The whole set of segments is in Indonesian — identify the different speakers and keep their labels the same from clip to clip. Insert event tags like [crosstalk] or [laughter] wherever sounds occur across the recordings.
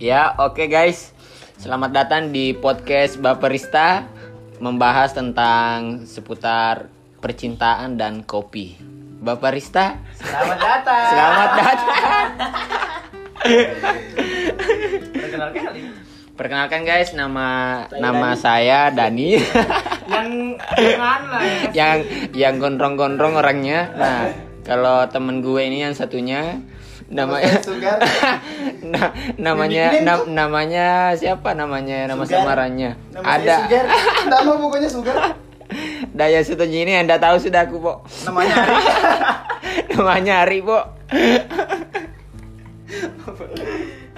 Speaker 1: Ya, oke guys. Selamat datang di podcast Baperista membahas tentang seputar percintaan dan kopi. Baperista,
Speaker 2: Selamat datang.
Speaker 1: selamat datang.
Speaker 2: Terkenal kali.
Speaker 1: Perkenalkan guys, nama nama saya Dani [laughs]
Speaker 2: Yang jangan lah. ya.
Speaker 1: yang yang gondrong-gondrong orangnya. Nah, kalau temen gue ini yang satunya namanya
Speaker 3: Sugar.
Speaker 1: [laughs] Na- namanya
Speaker 3: Yang
Speaker 1: nam- namanya siapa namanya nama
Speaker 3: Sugar.
Speaker 1: samarannya
Speaker 3: Nama
Speaker 1: ada
Speaker 3: saya Sugar. Nama bukunya Sugar.
Speaker 1: Daya Sutoji ini anda tahu sudah aku po
Speaker 3: Namanya Ari.
Speaker 1: namanya Ari po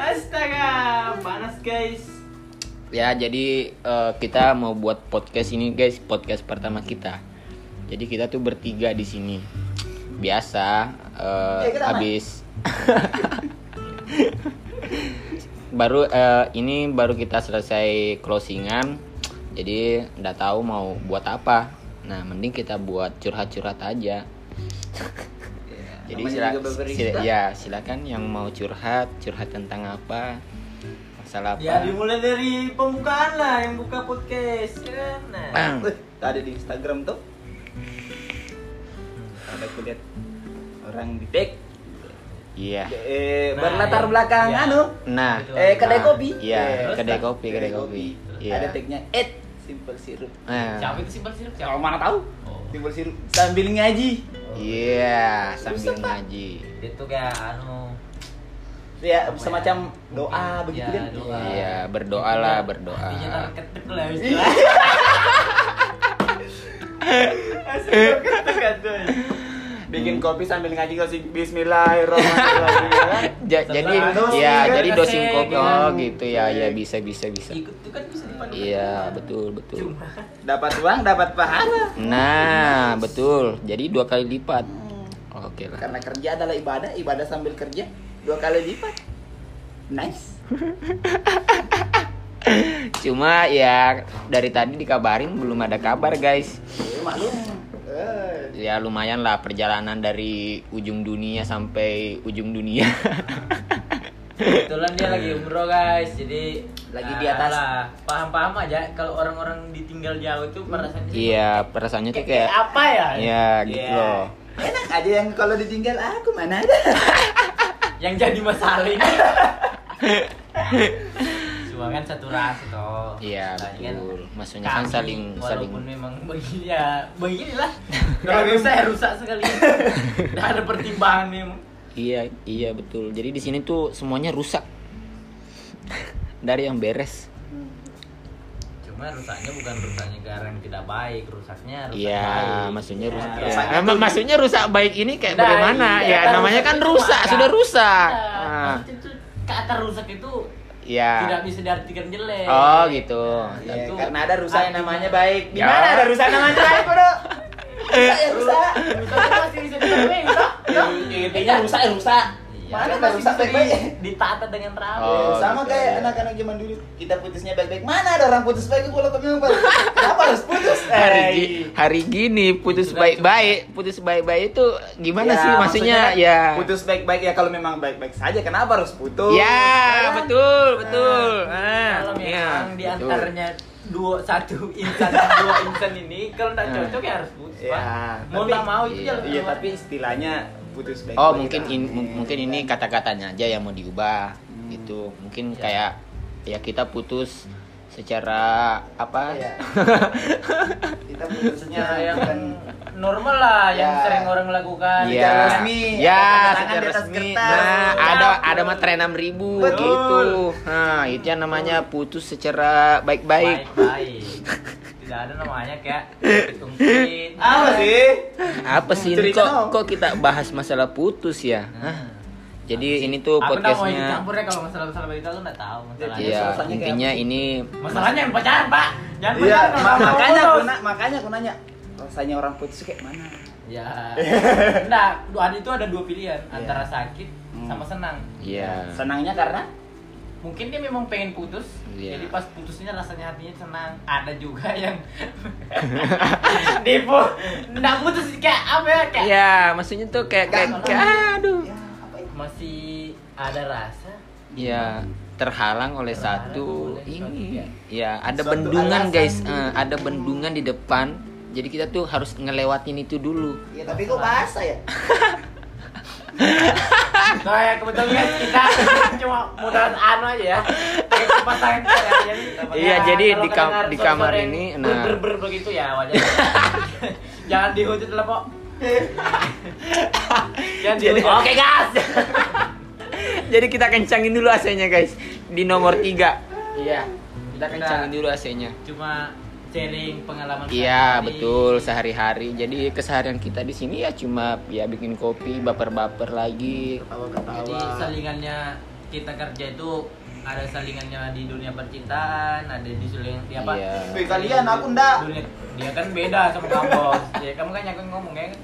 Speaker 2: Astaga, panas guys.
Speaker 1: ya jadi eh, kita mau buat podcast ini guys podcast pertama kita jadi kita tuh bertiga di sini biasa eh,
Speaker 3: Ya, kita aman.
Speaker 1: habis [laughs] baru eh, ini baru kita selesai closingan jadi nggak tahu mau buat apa nah mending kita buat curhat-curhat aja jadi
Speaker 3: namanya
Speaker 1: sila-
Speaker 3: juga beberista.
Speaker 1: sila- ya silakan yang mau curhat curhat tentang apa masalah apa
Speaker 2: Ya dimulai dari pembukaan lah yang buka podcast kan. Nah.
Speaker 1: Bang.
Speaker 3: Wih, ada di Instagram tuh. Ada kulihat orang di back.
Speaker 1: iya
Speaker 3: Eh,
Speaker 2: Nah,
Speaker 3: berlatar
Speaker 2: ya.
Speaker 3: belakang
Speaker 2: Ya.
Speaker 3: anu.
Speaker 1: Nah,
Speaker 2: Gitu.
Speaker 3: Eh, kedai
Speaker 1: Nah,
Speaker 3: kopi.
Speaker 1: iya,
Speaker 3: Eh,
Speaker 1: kedai
Speaker 3: terus,
Speaker 1: kopi, kedai kopi. Iya.
Speaker 3: Ada tagnya et simple sirup.
Speaker 1: nah,
Speaker 2: itu simpel sirup
Speaker 3: Ya, Kalau mana tahu?
Speaker 2: Oh.
Speaker 3: Simple sirup sambil ngaji.
Speaker 1: iya, sambil ngaji.
Speaker 2: Itu kayak anu
Speaker 3: Ya,
Speaker 2: Apa ya?
Speaker 3: semacam doa
Speaker 2: Mungkin.
Speaker 3: begitu
Speaker 2: Ya,
Speaker 3: kan.
Speaker 2: doa.
Speaker 1: Iya, berdoalah, berdoa.
Speaker 2: Hatinya terketuk lah
Speaker 3: [laughs] Iya.
Speaker 2: ya, istilah. Asik terketuk-ketuk.
Speaker 3: Bikin kopi sambil ngaji kasih bismillahirrahmanirrahim.
Speaker 1: Ja-
Speaker 2: Setelah
Speaker 1: jadi
Speaker 3: dosing
Speaker 1: ya,
Speaker 3: kan
Speaker 1: jadi
Speaker 2: kasih
Speaker 1: dosin kopi
Speaker 2: dengan-
Speaker 1: oh gitu ya,
Speaker 3: Iya.
Speaker 1: ya bisa bisa bisa.
Speaker 2: Ikut tuh kan bisa dipandu.
Speaker 1: Iya, betul betul.
Speaker 2: Cuma
Speaker 3: dapat uang, dapat pahala.
Speaker 1: Nah, betul. Jadi dua kali lipat. Oke lah.
Speaker 3: Karena kerja adalah ibadah, ibadah sambil kerja dua kali lipat. Nice.
Speaker 1: Cuma ya dari tadi dikabarin belum ada kabar, guys.
Speaker 3: Eh, maklum. Eh,
Speaker 1: Ya lumayan lah perjalanan dari ujung dunia sampai ujung dunia. [laughs]
Speaker 2: Kebetulan dia lagi umroh guys, jadi ah,
Speaker 3: Lagi di atas.
Speaker 2: lah, paham-paham aja kalau orang-orang ditinggal jauh itu perasaannya
Speaker 1: Iya, perasaannya tuh kayak
Speaker 2: apa ya?
Speaker 1: ya gitu
Speaker 2: Iya.
Speaker 1: loh.
Speaker 3: Enak aja yang kalau ditinggal "Ah, aku mana ada.
Speaker 2: Yang jadi masalah ini. Cuma kan satu ras toh.
Speaker 1: Iya
Speaker 2: Makanya kan
Speaker 1: betul. Maksudnya kan
Speaker 2: kami,
Speaker 1: saling saling.
Speaker 2: walaupun memang begini ya
Speaker 1: [laughs]
Speaker 2: beginilah kalau rusak ya rusak sekali Nggak ada pertimbangan memang
Speaker 1: Iya iya betul. Jadi di sini tuh semuanya rusak [laughs] dari yang beres.
Speaker 2: cuma rusaknya bukan rusaknya karena yang tidak baik rusaknya rusak
Speaker 1: Iya
Speaker 2: baik.
Speaker 1: maksudnya
Speaker 2: Ya,
Speaker 1: rusak.
Speaker 2: rusak
Speaker 1: Ya, emang maksudnya rusak baik ini kayak
Speaker 2: Nah,
Speaker 1: bagaimana?
Speaker 2: iya,
Speaker 1: ya
Speaker 2: kan
Speaker 1: namanya
Speaker 2: rusak
Speaker 1: kan
Speaker 2: itu
Speaker 1: rusak
Speaker 2: maka.
Speaker 1: sudah rusak.
Speaker 2: Nah,
Speaker 1: Ah,
Speaker 2: maksudnya itu kata rusak itu tidak
Speaker 1: Iya.
Speaker 2: bisa diartikan jelek.
Speaker 1: Oh gitu.
Speaker 2: Iya,
Speaker 3: Ya,
Speaker 2: itu
Speaker 3: karena ada rusak yang
Speaker 2: artinya-
Speaker 3: namanya baik. Di
Speaker 1: Ya.
Speaker 3: mana ada rusak namanya baik, Bro? Rusak ya rusak.
Speaker 2: Rusaknya masih bisa diperbaiki, toh?
Speaker 3: Ya, Intinya rusak ya rusak. Mana
Speaker 2: Iya, kan
Speaker 3: ada rusak
Speaker 2: bisa
Speaker 3: baik-baik?
Speaker 2: di- ditata dengan rapi.
Speaker 1: Oh.
Speaker 3: Ya, sama
Speaker 1: gitu,
Speaker 3: kayak
Speaker 1: iya.
Speaker 3: anak-anak zaman dulu kita putusnya baik-baik mana ada orang putus baik kalau kamu bilang, kenapa harus putus
Speaker 1: [laughs] Hari,
Speaker 3: Eh,
Speaker 1: gi- hari gini putus
Speaker 2: Itu kan
Speaker 1: baik-baik, putus baik-baik itu
Speaker 2: Iya,
Speaker 1: gimana
Speaker 3: Ya,
Speaker 1: sih maksudnya?
Speaker 3: kan
Speaker 1: Ya.
Speaker 3: putus baik-baik ya kalau memang baik-baik saja kenapa harus putus
Speaker 1: Ya,
Speaker 3: kan?
Speaker 1: betul, betul. Ah,
Speaker 2: Nah, Kalau
Speaker 1: iya,
Speaker 2: memang di
Speaker 1: betul.
Speaker 2: antaranya dua satu insan dan dua insan ini kalau tidak
Speaker 1: Nah.
Speaker 2: cocok ya harus
Speaker 3: Ah.
Speaker 2: putus,
Speaker 3: Iya,
Speaker 2: Pak. Mau
Speaker 3: tapi-
Speaker 2: tak mau itu
Speaker 1: iya,
Speaker 2: jalan
Speaker 3: iya
Speaker 2: keluar.
Speaker 3: tapi istilahnya putus Iya. baik
Speaker 1: Oh mungkin in- mung- mungkin ini kata-katanya aja yang mau diubah
Speaker 3: Hmm.
Speaker 1: gitu. Mungkin
Speaker 2: Ya.
Speaker 1: kayak ya kita putus secara apa? [laughs]
Speaker 3: Iya. kita putusnya
Speaker 2: Cara yang
Speaker 3: bukan
Speaker 2: [laughs] normal lah yang
Speaker 3: Ya.
Speaker 2: sering orang lakukan.
Speaker 1: Iya.
Speaker 3: Secara resmi,
Speaker 1: Ya,
Speaker 3: ada tanda tangan
Speaker 1: secara
Speaker 3: di atas
Speaker 1: resmi.
Speaker 3: kertas.
Speaker 1: Nah, ada
Speaker 2: Betul.
Speaker 1: ada materai 6000
Speaker 3: Betul.
Speaker 1: gitu. Nah, itu yang namanya putus secara baik-baik.
Speaker 2: Baik. Tidak ada namanya kayak hitung-hitung.
Speaker 3: apa sih
Speaker 1: Apa sih ini
Speaker 3: Cerita
Speaker 1: kok
Speaker 3: dong.
Speaker 1: kok kita bahas masalah putus ya? Hah? Jadi ini tuh
Speaker 2: Aku nggak mau ikut
Speaker 1: podcastnya
Speaker 2: campur ya kalau masalah-masalah berita lu nggak tahu masalahnya.
Speaker 3: Jadi
Speaker 1: Iya,
Speaker 3: selesainya kayak
Speaker 1: intinya ini
Speaker 2: Masalahnya yang pacaran pak, jangan
Speaker 3: iya
Speaker 2: pacaran.
Speaker 3: ma-
Speaker 2: kalau mau
Speaker 3: makanya aku
Speaker 2: putus.
Speaker 3: na- makanya aku nanya rasanya orang putus kayak mana
Speaker 1: Iya.
Speaker 3: [laughs]
Speaker 2: Ya. Nah, ada itu ada dua pilihan antara sakit
Speaker 3: Iya. Hmm.
Speaker 2: sama senang.
Speaker 1: ya
Speaker 3: senangnya karena
Speaker 2: Mungkin dia memang pengen putus,
Speaker 1: Iya.
Speaker 2: jadi pas putusnya rasanya hatinya senang. Ada juga [laughs]
Speaker 3: [laughs]
Speaker 2: yang Depo, nggak putus kayak apa ya kayak
Speaker 3: Iya.
Speaker 1: Ya, maksudnya tuh kayak kayak,
Speaker 3: Gampang.
Speaker 1: kayak aduh.
Speaker 3: ya apa itu
Speaker 2: masih ada rasa.
Speaker 1: Ya, terhalang oleh satu
Speaker 2: oleh
Speaker 1: ini ya ada
Speaker 3: Suatu
Speaker 1: bendungan
Speaker 3: alasan
Speaker 1: guys
Speaker 3: gitu.
Speaker 1: Eh, ada bendungan di depan jadi kita tuh harus ngelewatin itu dulu
Speaker 3: Ya tapi kok basah ya?
Speaker 2: Nah ya kebetulan kita [laughs] cuma mudahan anu aja ya. Kayak kipas angin ya. Jadi,
Speaker 1: Iya, jadi
Speaker 2: kalau
Speaker 1: di kam-
Speaker 2: kedengar
Speaker 1: di kamar
Speaker 2: suara-suara
Speaker 1: ini,
Speaker 2: yang
Speaker 1: nah.
Speaker 2: ber ber begitu ya wajar. [laughs] Jangan dihujat lah
Speaker 1: [laughs]
Speaker 2: pok. Jangan
Speaker 1: Jadi-
Speaker 2: dihujat. Oke gas.
Speaker 1: [laughs] jadi kita kencangin dulu AC-nya guys di nomor 3 iya kita kencangin dulu AC-nya
Speaker 2: Cuma sharing pengalaman.
Speaker 1: Iya
Speaker 2: sehari-hari.
Speaker 1: betul sehari-hari. Jadi keseharian kita di sini ya cuma ya bikin kopi, baper-baper lagi.
Speaker 2: Jadi salingannya kita kerja itu ada salingannya di dunia percintaan, ada di saling di apa?
Speaker 1: Iya.
Speaker 3: Wih, kalian aku ndak.
Speaker 2: Dunia, dia kan beda sama kamu
Speaker 1: [laughs]
Speaker 2: bos. Ya kamu kan yang ngomong ya kan?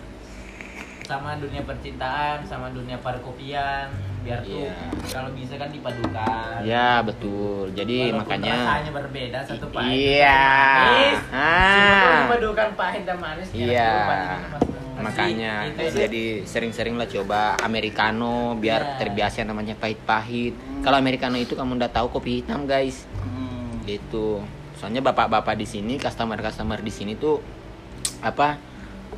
Speaker 2: sama dunia percintaan, sama dunia perkopian, biar tuh
Speaker 1: Iya.
Speaker 2: kalau bisa kan dipadukan.
Speaker 1: Ya betul. Jadi
Speaker 2: Walaupun
Speaker 1: makanya
Speaker 2: rasanya berbeda satu pahit.
Speaker 1: Iya.
Speaker 2: satu manis,
Speaker 1: Ah.
Speaker 2: cuma dipadukan pahit dan manis. kira-kira
Speaker 1: Iya.
Speaker 2: paling enak banget.
Speaker 1: Makanya
Speaker 2: Itu Gitu sih.
Speaker 1: jadi sering-sering lah coba americano biar
Speaker 2: Iya. Hmm.
Speaker 1: terbiasa namanya pahit-pahit. Kalau americano itu kamu udah tahu kopi hitam guys. Gitu. Soalnya bapak-bapak di sini, customer-customer di sini tuh apa?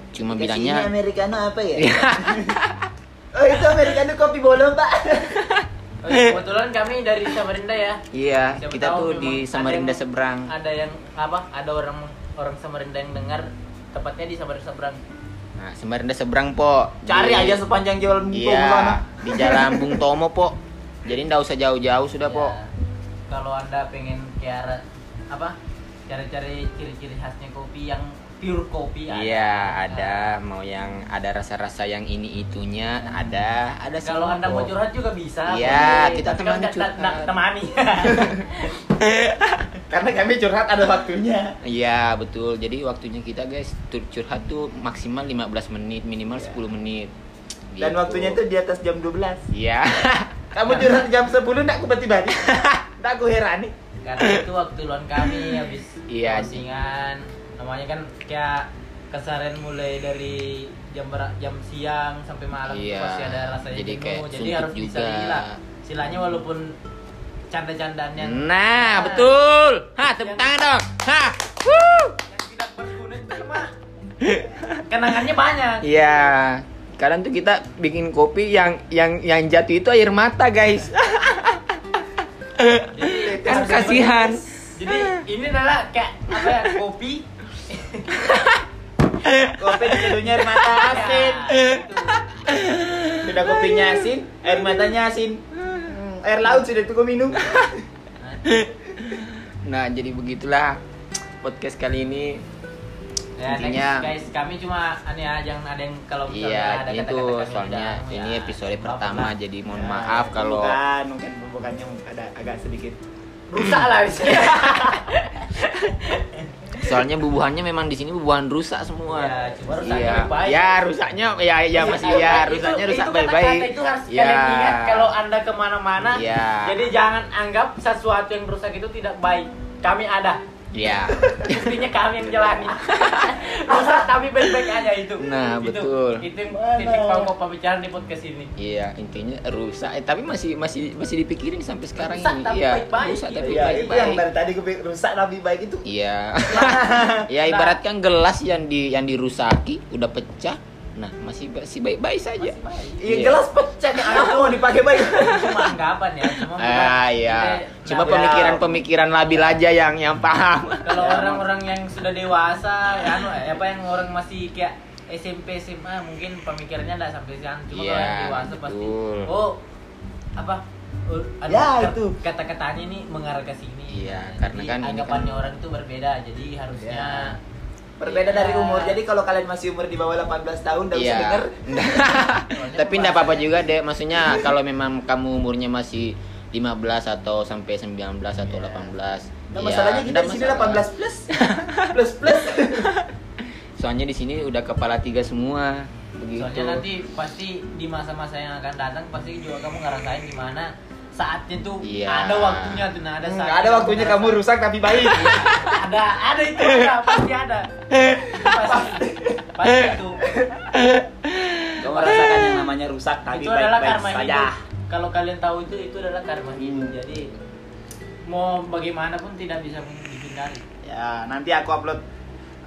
Speaker 1: Cuma
Speaker 3: Bilangnya
Speaker 1: bilangnya
Speaker 3: Americano apa ya?
Speaker 1: Iya.
Speaker 3: [laughs] oh itu Americano kopi bolong pak.
Speaker 1: [laughs]
Speaker 2: Oh, kebetulan kami dari Samarinda ya.
Speaker 1: Iya,
Speaker 2: Siapa
Speaker 1: kita tuh
Speaker 2: tahu memang
Speaker 1: di
Speaker 2: ada
Speaker 1: Samarinda
Speaker 2: yang-
Speaker 1: seberang.
Speaker 2: Ada yang apa? Ada orang orang Samarinda yang dengar tepatnya di Samarinda seberang.
Speaker 1: Nah, Samarinda seberang, Po.
Speaker 2: Cari
Speaker 1: Di-
Speaker 2: aja gitu,
Speaker 3: sepanjang jalan
Speaker 1: Iya, di Jalan Bung Tomo, Po. Jadi ndak usah jauh-jauh sudah, Po.
Speaker 2: Ya, Kalau Anda pengen cara apa? Cari-cari ciri-ciri khasnya kopi yang pure kopi ada.
Speaker 1: Iya, ada mau yang ada rasa-rasa yang ini itunya, ada, ada
Speaker 2: Kalau
Speaker 1: semua,
Speaker 2: Anda
Speaker 1: Po.
Speaker 2: mau curhat juga bisa.
Speaker 1: Iya,
Speaker 2: boleh.
Speaker 1: kita
Speaker 2: Tapi
Speaker 1: temani
Speaker 2: kan tak- tak-
Speaker 1: curhat.
Speaker 2: Temani. [laughs]
Speaker 3: Karena kami curhat ada waktunya.
Speaker 1: Iya, betul. Jadi waktunya kita, guys, tur- curhat tuh maksimal 15 menit,
Speaker 2: Iya.
Speaker 1: minimal 10 menit.
Speaker 3: Dan
Speaker 1: Gitu.
Speaker 3: waktunya itu di atas jam 12
Speaker 1: Iya.
Speaker 2: [laughs]
Speaker 3: Kamu curhat jam 10 ndak aku
Speaker 1: [laughs]
Speaker 3: bati-bati Ndak aku herani
Speaker 2: Karena Kan itu waktu luang kami habis
Speaker 1: Iya.
Speaker 2: closingan. Namanya kan kayak keseharian mulai dari jam ber- jam siang sampai malam itu
Speaker 1: Iya.
Speaker 2: pasti ada rasanya
Speaker 1: Jadi
Speaker 2: jenuh.
Speaker 1: kayak
Speaker 2: jadi
Speaker 1: suntuk
Speaker 2: harus bisa
Speaker 1: juga.
Speaker 2: dihilang. Silanya walaupun canda-candaannya
Speaker 1: Nah, betul. Hah, tepuk tangan dong. Hah. Wuh.
Speaker 2: yang tidak berguna itu cuma kenangannya banyak.
Speaker 1: Iya. Kadang tuh kita bikin kopi yang yang yang jatuh itu air mata, guys.
Speaker 2: Jadi,
Speaker 1: Kan
Speaker 2: harus
Speaker 1: [laughs] kasihan.
Speaker 2: Jadi ini adalah kayak apa ya
Speaker 1: [laughs]
Speaker 2: kopi
Speaker 3: Kopi dicelunya air mata asin
Speaker 1: Iya.
Speaker 2: Ya, gitu.
Speaker 3: Sudah kopinya asin, air matanya asin Hmm, Air laut sudah itu kau minum
Speaker 1: Nah, jadi begitulah podcast kali ini.
Speaker 2: Ya,
Speaker 1: Intinya-
Speaker 2: next, guys, kami cuma aneh ya, jangan ada yang kalau misalnya
Speaker 1: Iya,
Speaker 2: ada
Speaker 1: ini
Speaker 2: kata-kata
Speaker 1: tuh
Speaker 2: kami
Speaker 1: soalnya
Speaker 2: tidak,
Speaker 1: ini
Speaker 2: ya,
Speaker 1: episode
Speaker 2: maaf
Speaker 1: pertama
Speaker 2: lah.
Speaker 1: jadi mohon
Speaker 2: Ya,
Speaker 1: maaf kalau
Speaker 3: Bukan, mungkin bukannya ada agak sedikit
Speaker 2: rusak lah [laughs] di sini.
Speaker 1: soalnya bubuhannya memang di sini bubuhan rusak semua.
Speaker 2: Ya, cuma rusaknya
Speaker 1: Iya.
Speaker 2: baik-baik.
Speaker 1: Ya, rusaknya ya ya masih
Speaker 2: Itu-
Speaker 1: ya
Speaker 2: itu-
Speaker 1: rusaknya rusak
Speaker 2: itu
Speaker 1: baik-baik.
Speaker 2: kata-kata Itu harus
Speaker 1: Ya.
Speaker 2: kalian ingat kalau anda kemana-mana.
Speaker 1: Ya.
Speaker 2: Jadi jangan anggap sesuatu yang rusak itu tidak baik. Kami ada.
Speaker 1: Iya.
Speaker 2: Mestinya kami yang jalani.
Speaker 1: [laughs]
Speaker 2: rusak tapi baik-baik aja itu.
Speaker 1: Nah,
Speaker 2: Itu-
Speaker 1: betul.
Speaker 2: Itu yang
Speaker 3: Mana?
Speaker 2: titik pangkal pembicaraan di podcast ini.
Speaker 1: Iya, intinya rusak eh, tapi masih masih masih dipikirin sampai sekarang
Speaker 2: Rusak
Speaker 1: ini.
Speaker 2: tapi
Speaker 1: Iya,
Speaker 2: baik-baik. iya.
Speaker 1: rusak tapi
Speaker 3: Ya itu yang
Speaker 1: baik-baik.
Speaker 3: dari tadi gue pikir, rusak tapi baik itu
Speaker 1: Iya. ya ibaratkan gelas yang di yang dirusaki udah pecah. Nah, masih ba- masih baik-baik saja.
Speaker 2: Masih baik.
Speaker 1: Iya.
Speaker 3: Iya jelas pecah, aku mau dipakai
Speaker 1: [laughs]
Speaker 3: baik
Speaker 2: Cuma anggapan ya. Cuma
Speaker 1: Ah
Speaker 2: bukan-
Speaker 1: iya.
Speaker 2: Jadi,
Speaker 1: Cuma
Speaker 2: nah,
Speaker 1: pemikiran-pemikiran labil aja yang yang paham.
Speaker 2: kalau orang-orang yang sudah dewasa ya anu apa yang orang masih kayak SMP SMA mungkin pemikirannya nggak sampai sana cuma kalau yang
Speaker 1: Iya,
Speaker 2: dewasa pasti
Speaker 1: betul.
Speaker 2: oh apa oh, aduh,
Speaker 3: Ya,
Speaker 2: kat-
Speaker 3: itu.
Speaker 2: kata-katanya ini mengarah ke sini
Speaker 1: Iya,
Speaker 2: Jadi
Speaker 1: karena kan ini
Speaker 2: anggapannya
Speaker 1: kan-
Speaker 2: orang itu berbeda jadi harusnya
Speaker 3: Ya. Berbeda dari umur, jadi kalau kalian masih umur di bawah 18 tahun, udah usah denger
Speaker 1: Iya. Tapi enggak apa-apa juga, Dek. Maksudnya kalau memang kamu umurnya masih 15 atau sampai 19 atau 18. ya,
Speaker 3: Nah, masalahnya kita
Speaker 1: enggak
Speaker 3: di sini
Speaker 1: masalah.
Speaker 3: 18 plus. plus [laughs] plus.
Speaker 1: Soalnya di sini udah kepala tiga semua. Begitu.
Speaker 2: soalnya nanti pasti di masa-masa yang akan datang pasti juga kamu ngerasain gimana saatnya tuh
Speaker 1: Iya.
Speaker 2: ada waktunya tuh nah ada saatnya
Speaker 3: Nggak Hmm, ada waktunya kamu
Speaker 2: ngerasain.
Speaker 3: rusak tapi baik.
Speaker 2: ada ada itu ada pasti ada pasti pasti itu
Speaker 3: [laughs] kamu rasakan yang namanya rusak tapi
Speaker 2: itu
Speaker 3: baik
Speaker 2: adalah
Speaker 3: baik
Speaker 2: karma
Speaker 3: saja.
Speaker 2: hidup kalau kalian tahu itu itu adalah karma hidup jadi mau bagaimana pun tidak bisa dihindari
Speaker 3: Ya, nanti aku upload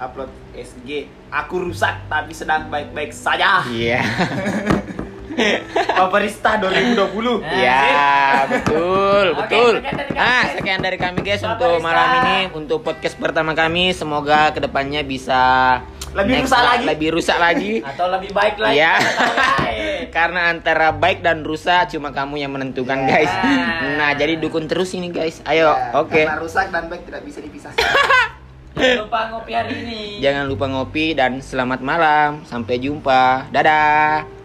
Speaker 3: upload SG. Aku rusak tapi sedang baik-baik saja. [laughs]
Speaker 1: Iya.
Speaker 3: Paparista 2020.
Speaker 2: Nah,
Speaker 1: Iya,
Speaker 2: sip.
Speaker 1: betul,
Speaker 2: Oke,
Speaker 1: betul.
Speaker 2: sekian dari kami,
Speaker 1: Nah,
Speaker 2: guys.
Speaker 1: sekian dari kami guys
Speaker 2: Bapak
Speaker 1: untuk
Speaker 2: Rizka.
Speaker 1: malam ini untuk podcast pertama kami. Semoga kedepannya bisa
Speaker 3: Lebih
Speaker 1: next
Speaker 3: rusak
Speaker 1: la-
Speaker 3: lagi.
Speaker 1: lebih rusak lagi.
Speaker 2: [laughs] atau lebih baik lagi
Speaker 1: Iya.
Speaker 2: Baik.
Speaker 1: Karena antara baik dan rusak cuma kamu yang menentukan guys.
Speaker 2: Ya.
Speaker 1: Nah, jadi dukung terus ini guys. Ayo,
Speaker 3: Ya,
Speaker 1: oke.
Speaker 3: Karena rusak dan baik tidak bisa dipisah.
Speaker 2: jangan lupa ngopi hari ini
Speaker 1: Jangan lupa ngopi dan selamat malam. Sampai jumpa. Dadah.